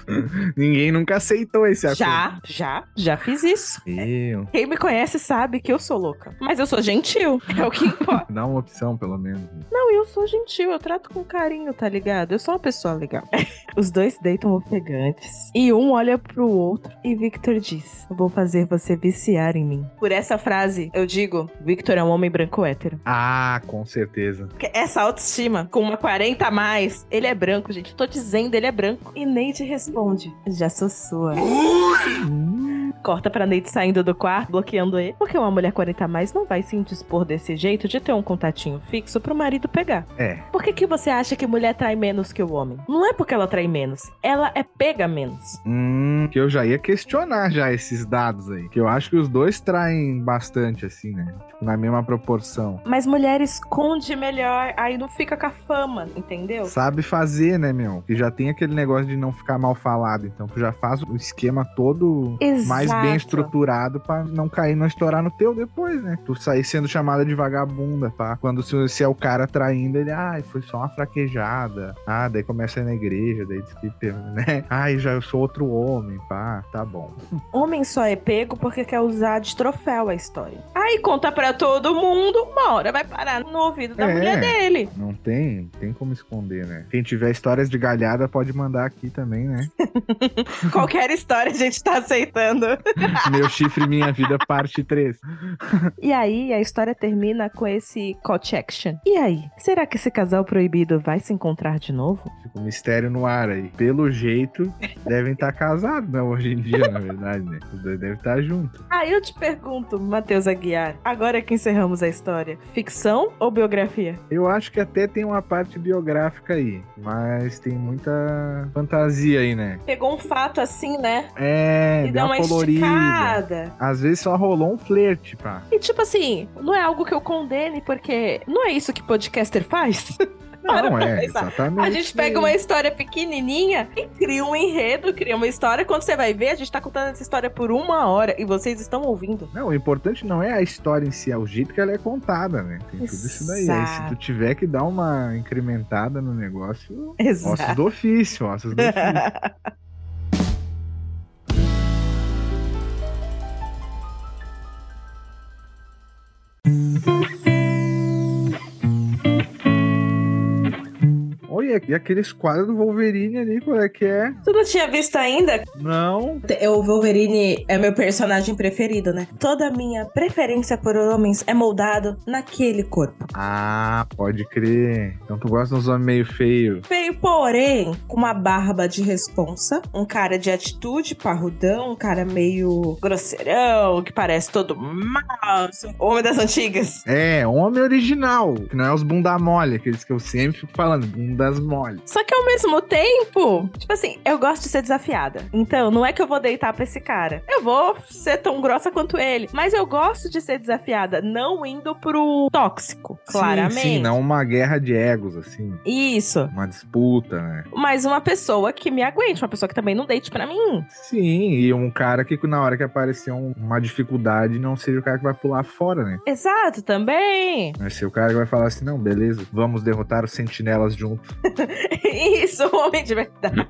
S2: Ninguém nunca aceitou esse acordo.
S1: Já, já, já fiz isso.
S2: Eu.
S1: Quem me conhece sabe que eu sou louca. Mas eu sou gentil. É o que importa.
S2: Dá uma opção, pelo menos. né?
S1: Não, eu sou gentil. Eu trato com carinho, tá ligado? Eu sou uma pessoa legal. Os dois deitam ofegantes. E um olha pro outro. E Victor diz: Vou fazer você viciar em mim. Por essa frase, eu digo: Victor é um homem branco hétero.
S2: Ah, com certeza.
S1: Porque essa autoestima, com uma 40 a mais, ele é branco, gente. Eu Tô dizendo, ele é branco. E Neide responde: Já sou sua. Hum. Corta pra Neide saindo do quarto, bloqueando ele. Porque uma mulher 40 a mais não vai se indispor desse jeito de ter um contatinho fixo pro marido pegar.
S2: É.
S1: Por que, que você acha que mulher trai menos que o homem? Não é porque ela trai menos, ela é pega menos.
S2: Hum, que eu já ia questionar já esses dados aí. Que eu acho que os dois traem bastante, assim, né? Tipo, na mesma proporção.
S1: Mas mulher esconde melhor, aí não fica com a fama, entendeu?
S2: Sabe fazer, né, meu? Que já tem aquele negócio de não ficar mal falado. Então, tu já faz o esquema todo
S1: Exato.
S2: mais bem estruturado pra não cair, não estourar no teu depois, né? Tu sair sendo chamada de vagabunda, pá. Quando se, se é o cara traindo, ele, ai, foi só uma fraquejada. Ah, daí começa a ir na igreja, daí diz que, né? Ai, já eu sou outro homem, pá. Tá bom.
S1: Homem só é pego porque quer usar de troféu a história. Aí conta pra todo mundo, uma hora vai parar no ouvido da
S2: É.
S1: mulher dele.
S2: Não tem, não tem como esconder, né? Quem tiver histórias de galhada pode mandar aqui também, né?
S1: Qualquer história a gente tá aceitando.
S2: Meu chifre, minha vida, parte 3.
S1: E aí a história termina com esse call to action. E aí, será que esse casal proibido vai se encontrar de novo?
S2: Fica um mistério no ar aí. Pelo jeito, devem estar casados, né? Hoje em dia, na verdade, né? Os dois devem estar juntos.
S1: Aí Ah, eu te pergunto, Matheus Aguiar, agora que encerramos a história, ficção ou biografia?
S2: Eu acho que até tem uma parte biográfica aí, mas tem muita fantasia aí, né?
S1: Pegou um fato assim, né?
S2: É,
S1: e
S2: deu
S1: dá
S2: uma
S1: uma
S2: colorida.
S1: esticada.
S2: Às vezes só rolou um flerte, pá.
S1: E tipo assim, não é algo que eu condene, porque não é isso que podcaster faz. Para
S2: Não
S1: pra
S2: é,
S1: pensar.
S2: exatamente.
S1: A gente pega uma história pequenininha e cria um enredo, cria uma história. Quando você vai ver, a gente tá contando essa história por uma hora e vocês estão ouvindo.
S2: Não, o importante não é a história em si, é o jeito que ela é contada, né? Tem tudo isso daí. Aí, se tu
S1: Exato.
S2: tiver que dar uma incrementada no negócio, ossos
S1: Exato.
S2: do ofício, ossos do ofício. Olha, e aqueles quadros do Wolverine ali, qual é que é?
S1: tu não tinha visto ainda?
S2: Não.
S1: O Wolverine é meu personagem preferido, né? Toda a minha preferência por homens é moldado naquele corpo.
S2: Ah, pode crer. Então tu gosta dos homens meio feio.
S1: Veio, porém, com uma barba de responsa, um cara de atitude, parrudão, um cara meio grosseirão, que parece todo mal, homem das antigas.
S2: É, homem original, que não é os bunda mole, aqueles que eu sempre fico falando, bundas mole.
S1: Só que ao mesmo tempo, tipo assim, eu gosto de ser desafiada. Então, não é que eu vou deitar pra esse cara. Eu vou ser tão grossa quanto ele. Mas eu gosto de ser desafiada, não indo pro tóxico,
S2: Sim,
S1: claramente.
S2: Sim, não uma guerra de egos, assim.
S1: Isso.
S2: Uma disputa, né?
S1: Mas uma pessoa que me aguente, uma pessoa que também não deite pra mim.
S2: Sim, e um cara que na hora que aparecer um- uma dificuldade não seja o cara que vai pular fora, né?
S1: Exato, também.
S2: Vai ser o cara que vai falar assim: não, beleza, vamos derrotar os sentinelas um juntos.
S1: Isso, um homem de verdade.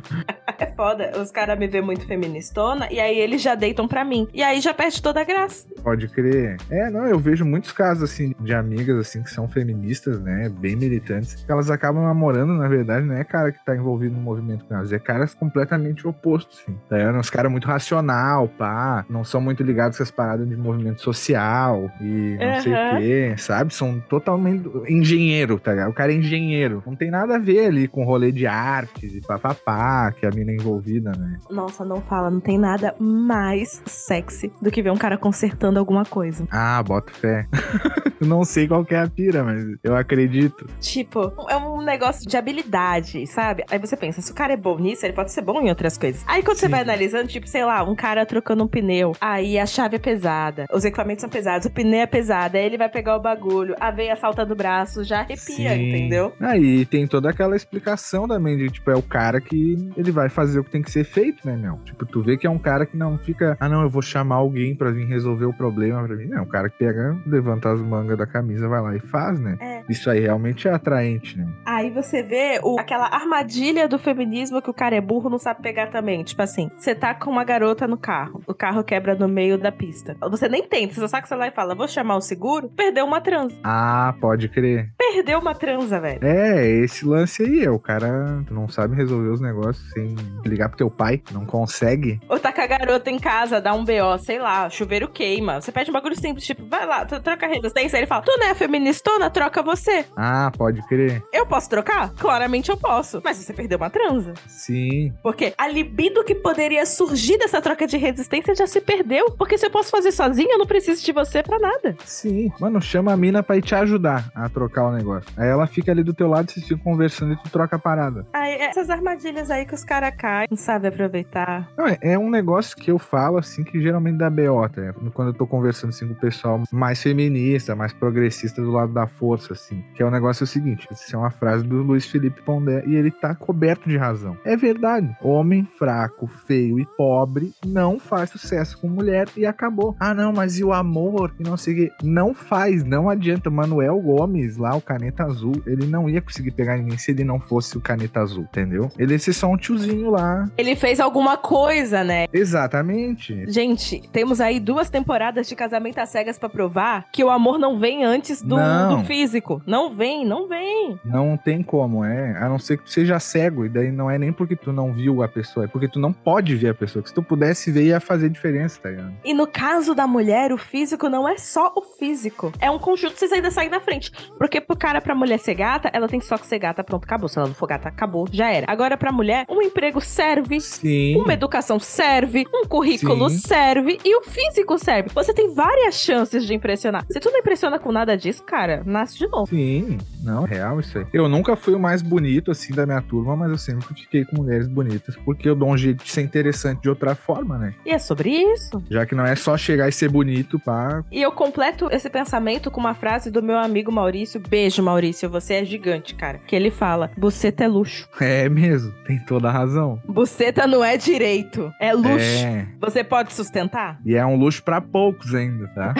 S1: É foda. Os caras me vê muito feministona e aí eles já deitam pra mim. E aí já perde toda a graça.
S2: Pode crer. É, não, eu vejo muitos casos, assim, de amigas, assim, que são feministas, né? Bem militantes. que Elas acabam namorando, na verdade, não é cara que tá envolvido no movimento com elas. É caras completamente opostos, assim. Tá? ligado? Uns caras muito racional, pá. Não são muito ligados com as paradas de movimento social e não sei o
S1: Aham.
S2: quê, sabe? São totalmente engenheiro, tá ligado? O cara é engenheiro. Não tem nada a ver ali com rolê de artes e papapá, que a mina é envolvida, né?
S1: Nossa, não fala, não tem nada mais sexy do que ver um cara consertando alguma coisa.
S2: Ah, boto fé. não sei qual que é a pira, mas eu acredito.
S1: Tipo, é um negócio de habilidade, sabe? Aí você pensa, se o cara é bom nisso, ele pode ser bom em outras coisas. Aí quando você
S2: Sim.
S1: vai analisando, tipo, sei lá, um cara trocando um pneu, aí a chave é pesada, os equipamentos são pesados, o pneu é pesado, aí ele vai pegar o bagulho, a veia salta do braço, já arrepia,
S2: Sim.
S1: entendeu?
S2: Aí tem toda aquela explicação também de, tipo, é o cara que ele vai fazer o que tem que ser feito, né, meu? Tipo, tu vê que é um cara que não fica, ah, não, eu vou chamar alguém pra vir resolver o problema pra mim. Não, é um cara que pega, levanta as mangas da camisa, vai lá e faz, né?
S1: É.
S2: Isso aí realmente é atraente, né?
S1: Aí você vê o- aquela armadilha do feminismo que o cara é burro não sabe pegar também. Tipo assim, você tá com uma garota no carro, o carro quebra no meio da pista. Você nem tenta, você só saca o celular e fala, vou chamar o seguro. Perdeu uma transa.
S2: Ah, pode crer.
S1: Perdeu uma transa, velho.
S2: É, esse lance aí é o cara tu não sabe resolver os negócios sem ligar pro teu pai, não consegue.
S1: Ou tá com a garota em casa, dá um BO, sei lá, chuveiro queima. Você pede um bagulho simples, tipo, vai lá, tu troca a resistência. Aí ele fala, tu não é feministona, troca você.
S2: Ah, pode crer.
S1: Eu posso trocar? Claramente eu posso. Mas você perdeu uma transa.
S2: Sim,
S1: Porque a libido que poderia surgir dessa troca de resistência já se perdeu. Porque se eu posso fazer sozinha, eu não preciso de você pra nada.
S2: Sim, mano, chama a mina pra ir te ajudar a trocar o negócio. Aí ela fica ali do teu lado, vocês ficam conversando e tu troca a parada.
S1: Aí, é essas armadilhas aí que os caras caem, não sabe aproveitar.
S2: Não, é, é um negócio que eu falo, assim, que geralmente dá BO, tá? ligado? Quando eu tô conversando, assim, com o pessoal mais feminista, mais progressista do lado da força, assim. Que é o negócio é o seguinte, isso é uma frase do Luiz Felipe Pondé e ele tá coberto de razão. É verdade. Homem fraco, feio e pobre não faz sucesso com mulher e acabou. Ah, não, mas e o amor? E não sei o quê. Não faz, não adianta. Manuel Gomes, lá, o Caneta Azul, ele não ia conseguir pegar ninguém se ele não fosse o Caneta Azul, entendeu? Ele ia ser só um tiozinho lá,
S1: Ele fez alguma coisa, né?
S2: Exatamente.
S1: Gente, temos aí duas temporadas de casamento às cegas pra provar que o amor não vem antes do,
S2: Não.
S1: do físico. Não vem, não vem.
S2: Não tem como, é. A não ser que tu seja cego. E daí não é nem porque tu não viu a pessoa, é porque tu não pode ver a pessoa. Que se tu pudesse ver, ia fazer diferença, tá ligado?
S1: E no caso da mulher, o físico não é só o físico. É um conjunto, vocês ainda saem na frente. Porque pro cara, pra mulher ser gata, ela tem só que ser gata, pronto, acabou. Se ela não for gata, acabou, já era. Agora, pra mulher, um emprego serve.
S2: Sim.
S1: Uma educação serve, um currículo
S2: Sim.
S1: serve e o físico serve. Você tem várias chances de impressionar. Se tu não impressiona com nada disso, cara, nasce de novo.
S2: Sim, não, é real isso aí. Eu nunca fui o mais bonito, assim, da minha turma, mas eu sempre fiquei com mulheres bonitas, porque eu dou um jeito de ser interessante de outra forma, né?
S1: E é sobre isso.
S2: Já que não é só chegar e ser bonito, pá,
S1: E eu completo esse pensamento com uma frase do meu amigo Maurício. Beijo, Maurício, você é gigante, cara. Que ele fala: buceta é luxo.
S2: é mesmo, tem toda a razão.
S1: Buceta não é direito, é luxo.
S2: É.
S1: Você pode sustentar?
S2: E é um luxo pra poucos ainda, tá?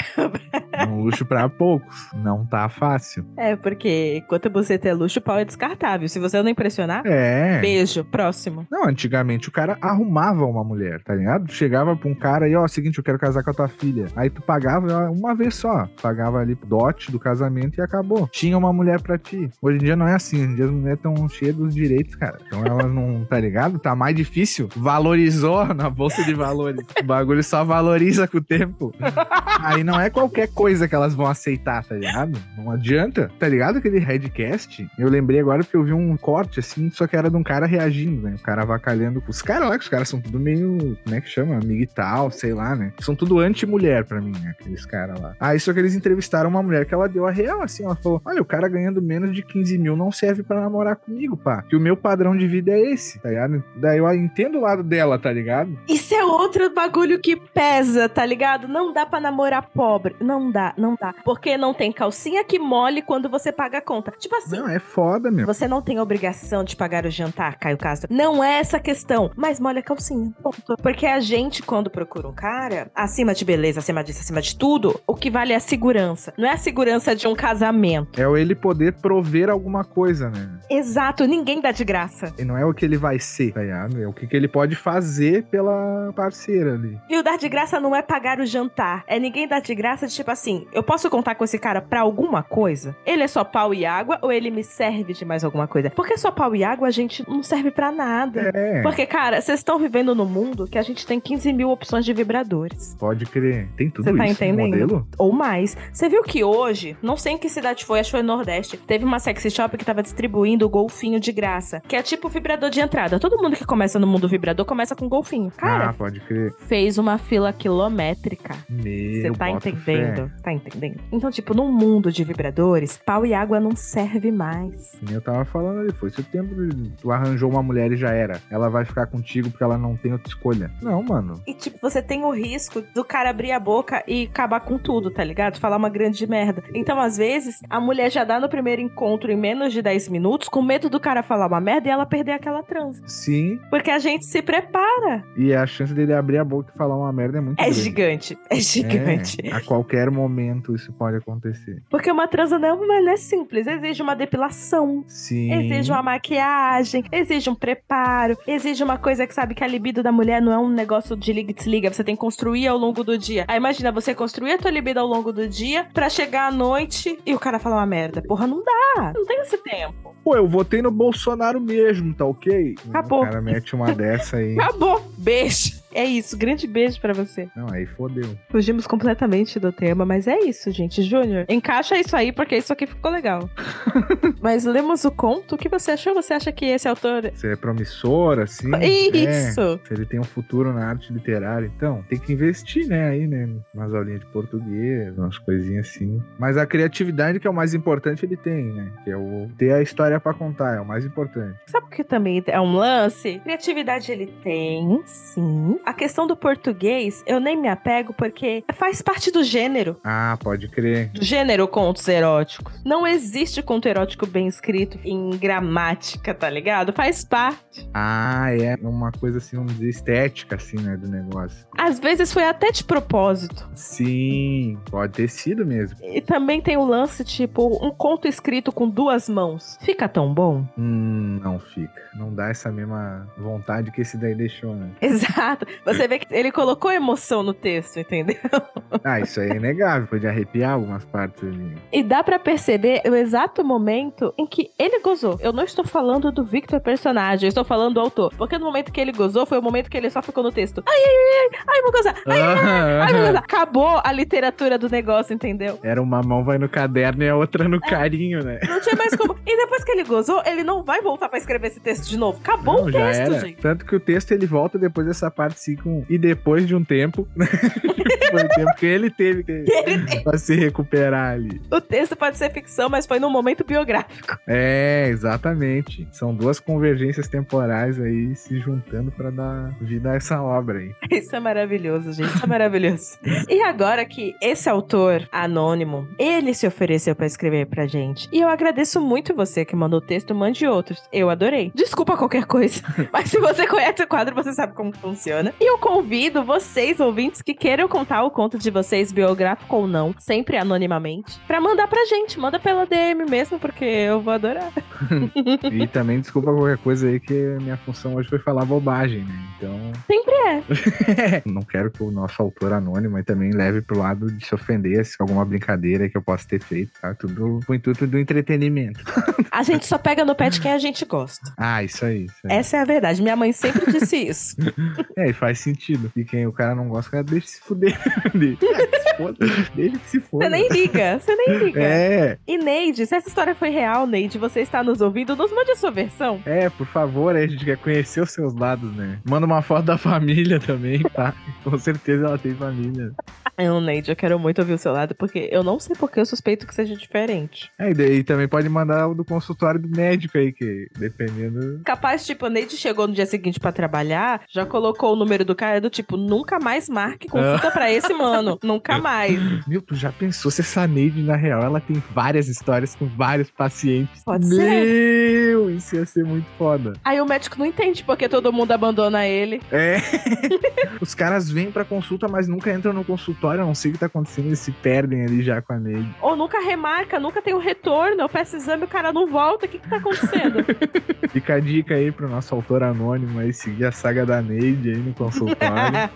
S2: É um luxo pra poucos. Não tá fácil.
S1: É, porque enquanto você é luxo, o pau é descartável. Se você não impressionar,
S2: É.
S1: beijo, próximo.
S2: Não, antigamente o cara arrumava uma mulher, tá ligado? Chegava pra um cara e, ó, seguinte, eu quero casar com a tua filha. Aí tu pagava ó, uma vez só. Pagava ali o dote do casamento e acabou. Tinha uma mulher pra ti. Hoje em dia não é assim. Hoje em dia as mulheres estão cheias dos direitos, cara. Então elas não, tá ligado? Tá mais difícil. Valorizou na bolsa de valores. O bagulho só valoriza com o tempo. Aí não é qualquer coisa que elas vão aceitar, tá ligado? Não adianta, tá ligado? Aquele Redcast, eu lembrei agora porque eu vi um corte assim, só que era de um cara reagindo, né? O cara avacalhando. Os caras lá, que os caras são tudo meio. Como é que chama? Miguel, sei lá, né? São tudo anti-mulher pra mim, né? Aqueles caras lá. Aí só que eles entrevistaram uma mulher que ela deu a real, assim. Ela falou: Olha, o cara ganhando menos de 15 mil não serve pra namorar comigo, pá. Que o meu padrão de vida é esse, tá ligado? Daí eu entendo o lado dela, tá ligado?
S1: Isso é outro bagulho que pesa, tá ligado? Não dá pra namorar pobre. Não dá, não dá. Porque não tem calcinha que mole quando você paga a conta. Tipo assim,
S2: Não, é foda, meu.
S1: você não tem obrigação de pagar o jantar, Caio Castro. Não é essa a questão. Mas molha a calcinha. Ponto. Porque a gente, quando procura um cara, acima de beleza, acima disso, acima de tudo, o que vale é a segurança. Não é a segurança de um casamento.
S2: É o ele poder prover alguma coisa, né?
S1: Exato, ninguém dá de graça.
S2: E não é o que ele vai ser, tá ligado? É o que, que ele pode fazer pela parceira ali.
S1: E o dar de graça não é pagar o jantar. É ninguém dar de graça de tipo assim, eu posso contar com esse cara pra alguma coisa? Ele é só pau e água ou ele me serve de mais alguma coisa? Porque só pau e água a gente não serve pra nada.
S2: É,
S1: Porque, cara, vocês estão vivendo num mundo que a gente tem 15 mil opções de vibradores.
S2: pode crer. Tem tudo
S1: Você tá
S2: isso no
S1: entendendo?
S2: modelo?
S1: Ou mais. Você viu que hoje, não sei em que cidade foi, acho que foi Nordeste, teve uma sexy shop que tava distribuindo o golfinho de graça. Que é tipo vibrador de entrada. Todo mundo que começa no mundo vibrador começa com golfinho. Cara,
S2: ah, pode crer.
S1: fez uma fila quilométrica. Você
S2: Meu,
S1: tá
S2: boto
S1: entendendo? Tá entendendo? Então, tipo, num mundo de vibradores, pau e água não serve mais.
S2: Fé. Eu tava falando ali, foi seu tempo de- tu arranjou uma mulher e já era. Ela vai ficar contigo porque ela não tem outra escolha. Não, mano.
S1: E, tipo, você tem o risco do cara abrir a boca e acabar com tudo, tá ligado? Falar uma grande merda. Então, às vezes, a mulher já dá no primeiro encontro em menos de 10 minutos com medo do cara falar uma merda e ela perder aquela transa.
S2: Sim,
S1: Porque a gente se prepara.
S2: e a chance dele abrir a boca e falar uma merda é muito
S1: É
S2: grande.
S1: gigante. É gigante.
S2: É, a qualquer momento isso pode acontecer.
S1: Porque uma transa não, não é simples. Exige uma depilação.
S2: Sim.
S1: Exige uma maquiagem, exige um preparo, exige uma coisa que sabe que a libido da mulher não é um negócio de liga e desliga, você tem que construir ao longo do dia. Aí imagina você construir a tua libido ao longo do dia pra chegar à noite e o cara falar uma merda. Porra, não dá, não tem esse tempo.
S2: Pô, eu votei no Bolsonaro mesmo, tá ok?
S1: Acabou.
S2: O cara mete uma dessa aí.
S1: Acabou. Beijo. É isso, grande beijo pra você.
S2: Não, aí fodeu.
S1: Fugimos completamente do tema, mas é isso, gente. Júnior, encaixa isso aí, porque isso aqui ficou legal. mas lemos o conto, o que você achou? Você acha que esse autor.
S2: Você é promissor, assim? É.
S1: Isso!
S2: Se ele tem um futuro na arte literária, então, tem que investir, né, aí, né, umas aulinhas de português, umas coisinhas assim. Mas a criatividade, que é o mais importante, ele tem, né, que é o ter a história pra contar, é o mais importante.
S1: Sabe o que também é um lance? Criatividade ele tem, sim. A questão do português, eu nem me apego porque faz parte do gênero.
S2: Ah, pode crer.
S1: Do gênero contos eróticos. Não existe conto erótico bem escrito em gramática, tá ligado? Faz parte.
S2: Ah, é uma coisa, assim, vamos dizer, estética, assim, né, do negócio.
S1: Às vezes foi até de propósito.
S2: Sim, pode ter sido mesmo.
S1: E também tem o lance, tipo, um conto escrito com duas mãos. Fica tão bom?
S2: Hum, não fica. Não dá essa mesma vontade que esse daí deixou, né?
S1: Exato. Você vê que ele colocou emoção no texto, entendeu?
S2: Ah, isso aí é inegável, pode arrepiar algumas partes ali.
S1: E dá pra perceber o exato momento em que ele gozou. Eu não estou falando do Victor personagem, eu estou falando do autor. Porque no momento que ele gozou, foi o momento que ele só ficou no texto. Ai, ai, ai, ai, ai, vou gozar. Ai, ai, vou gozar. Acabou a literatura do negócio, entendeu?
S2: Era uma mão vai no caderno e a outra
S1: É.
S2: no carinho, né?
S1: Não tinha mais como. E depois que ele gozou, ele não vai voltar pra escrever esse texto de novo. Acabou
S2: Não,
S1: o
S2: já
S1: texto,
S2: era.
S1: gente.
S2: Tanto que o texto ele volta depois dessa parte 5 e depois de um tempo. Foi o tempo que ele teve que, pra se recuperar ali.
S1: O texto pode ser ficção, mas foi num momento biográfico.
S2: É, exatamente. São duas convergências temporais aí se juntando pra dar vida a essa obra aí.
S1: Isso é maravilhoso, gente. Isso é maravilhoso. E agora que esse autor anônimo, ele se ofereceu pra escrever pra gente. E eu agradeço muito você que mandou o texto, mande outros. Eu adorei. Desculpa qualquer coisa, mas se você conhece o quadro, você sabe como funciona. E eu convido vocês, ouvintes, que queiram contar o conto de vocês, biográfico ou não, sempre anonimamente, pra mandar pra gente. Manda pela DM mesmo, porque eu vou adorar.
S2: E também desculpa qualquer coisa aí que minha função hoje foi falar bobagem, né? Então
S1: Sempre é.
S2: não quero que o nosso autor anônimo aí também leve pro lado de se ofender se alguma brincadeira que eu possa ter feito, tá? Tudo com o intuito do entretenimento.
S1: A gente só pega no pé de quem a gente gosta.
S2: Ah, isso aí. Isso aí.
S1: Essa é a verdade. Minha mãe sempre disse isso.
S2: É, e faz sentido. E quem o cara não gosta, o cara deixa se fuder. Deixa que se foda. Deixa que se foda.
S1: Você nem liga, você nem liga.
S2: É,
S1: E Neide, se essa história foi real, Neide, você está nos ouvindo, nos mande a sua versão.
S2: é, por favor, aí a gente quer conhecer os seus lados, né? Manda uma foto da família também, tá? Com certeza ela tem família.
S1: Eu, Ah, Neide, eu quero muito ouvir o seu lado, porque eu não sei porque eu suspeito que seja diferente.
S2: É, e daí também pode mandar o do consultório do médico aí, que dependendo.
S1: Capaz, tipo, a Neide chegou no dia seguinte pra trabalhar, já colocou o número do cara do tipo, nunca mais marque consulta pra esse mano. Nunca mais.
S2: Meu, tu já pensou se essa Neide, na real, ela tem várias histórias com vários pacientes?
S1: Pode
S2: Meu,
S1: ser.
S2: isso ia ser muito foda.
S1: Aí o médico não entende porque todo mundo abandona ele.
S2: É. Os caras vêm pra consulta, mas nunca entram no consultório. Eu não sei o que tá acontecendo. Eles se perdem ali já com a Neide.
S1: Ou nunca remarca, nunca tem o retorno. Eu peço exame, o cara não volta. O que que tá acontecendo?
S2: Fica a dica aí pro nosso autor anônimo aí seguir a saga da Neide aí no consultório.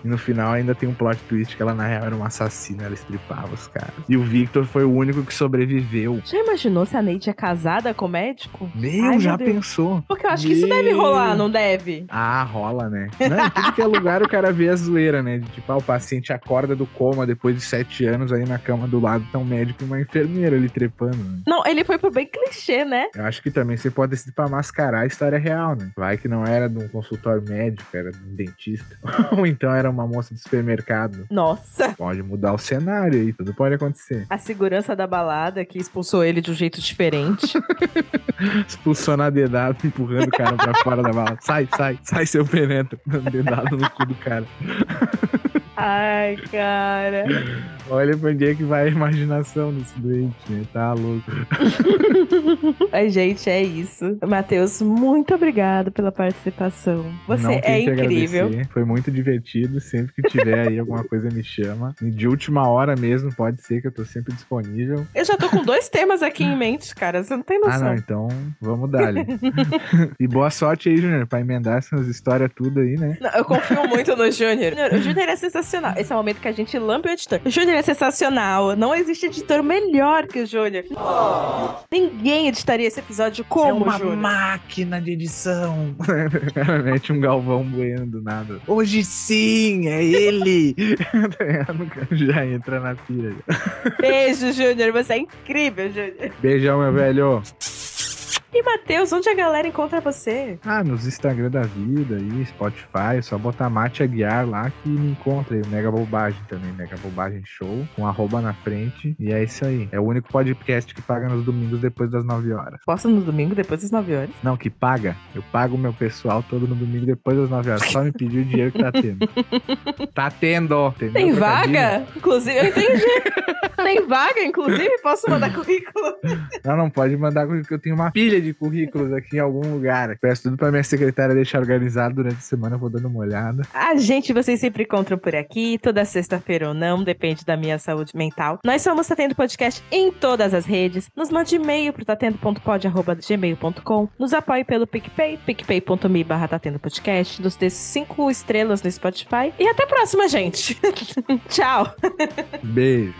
S2: e no final ainda tem um plot twist que ela, na real, era uma assassina. Ela estripava os caras. E o Victor foi o único que sobreviveu.
S1: já imaginou se a Neide é casada com o médico?
S2: Meu,
S1: Ai, meu
S2: já
S1: Deus.
S2: pensou?
S1: Porque eu acho que isso deve
S2: Meu.
S1: rolar, não deve?
S2: Ah, rola, né? Não, em tudo que é lugar o cara vê a zoeira, né? De, tipo, ah, o paciente acorda do coma depois de sete anos aí na cama do lado tá um médico e uma enfermeira ali trepando. Né?
S1: Não, ele foi pro bem clichê, né?
S2: Eu acho que também você pode decidir pra mascarar a história real, né? Vai que não era de um consultório médico, era de um dentista. Ou então era uma moça do supermercado.
S1: Nossa!
S2: Pode mudar o cenário aí, tudo pode acontecer.
S1: A segurança da balada que expulsou ele de um jeito diferente.
S2: Expulsando a dedada, empurrando o cara pra fora da bala. Sai, sai, sai, seu penetra. Dando dedado no cu do cara.
S1: Ai, cara.
S2: Olha pra onde é que vai a imaginação desse doente, né? Tá louco.
S1: Ai, gente, é isso. Matheus, muito obrigado pela participação. Você
S2: Não
S1: é
S2: tem que
S1: incrível.
S2: agradecer. Foi muito divertido. Sempre que tiver aí alguma coisa, me chama. E de última hora mesmo, pode ser que eu tô sempre disponível.
S1: Eu já tô com dois temas aqui em mente, cara. Você não tem
S2: Ah,
S1: noção.
S2: não, então vamos dar e boa sorte aí, Júnior, pra emendar essas histórias tudo aí, né?
S1: Não, eu confio muito no Júnior. Júnior, O Júnior é sensacional. Esse é o momento que a gente lambe o editor. O Júnior é sensacional. Não existe editor melhor que o Júnior. Ninguém editaria esse episódio como o Júnior.
S2: É máquina de edição. O cara mete um galvão bueno do nada. Hoje sim, é ele. Já entra na pira.
S1: Beijo, Júnior. Você é incrível, Júnior.
S2: Beijão, meu velho.
S1: E, Matheus, onde a galera encontra você?
S2: Ah, nos Instagram da vida aí, Spotify, é só botar Mate Aguiar lá que me encontra aí. Mega Bobagem também, Mega Bobagem Show, com arroba na frente. E é isso aí. É o único podcast que paga nos domingos depois das 9 horas.
S1: Posta no domingo, depois das 9 horas.
S2: Não, que paga. Eu pago o meu pessoal todo no domingo depois das 9 horas. Só me pedir o dinheiro que tá tendo. tá tendo! Entendeu,
S1: Tem
S2: trocadilho?
S1: vaga? Inclusive, eu entendi. Tem vaga, inclusive? Posso mandar currículo?
S2: Não, não pode mandar porque eu tenho uma pilha de currículos aqui em algum lugar. Peço tudo pra minha secretária deixar organizado durante a semana, eu vou dando uma olhada.
S1: A gente vocês sempre encontram por aqui, toda sexta-feira ou não, depende da minha saúde mental. Nós somos Tatendo Podcast em todas as redes. Nos mande e-mail pro tá tatendo.pod.gmail.com. Nos apoie pelo PicPay, picpay.me barra Tatendo Podcast. Nos dê cinco estrelas no Spotify. E até a próxima, gente. Tchau.
S2: Beijo.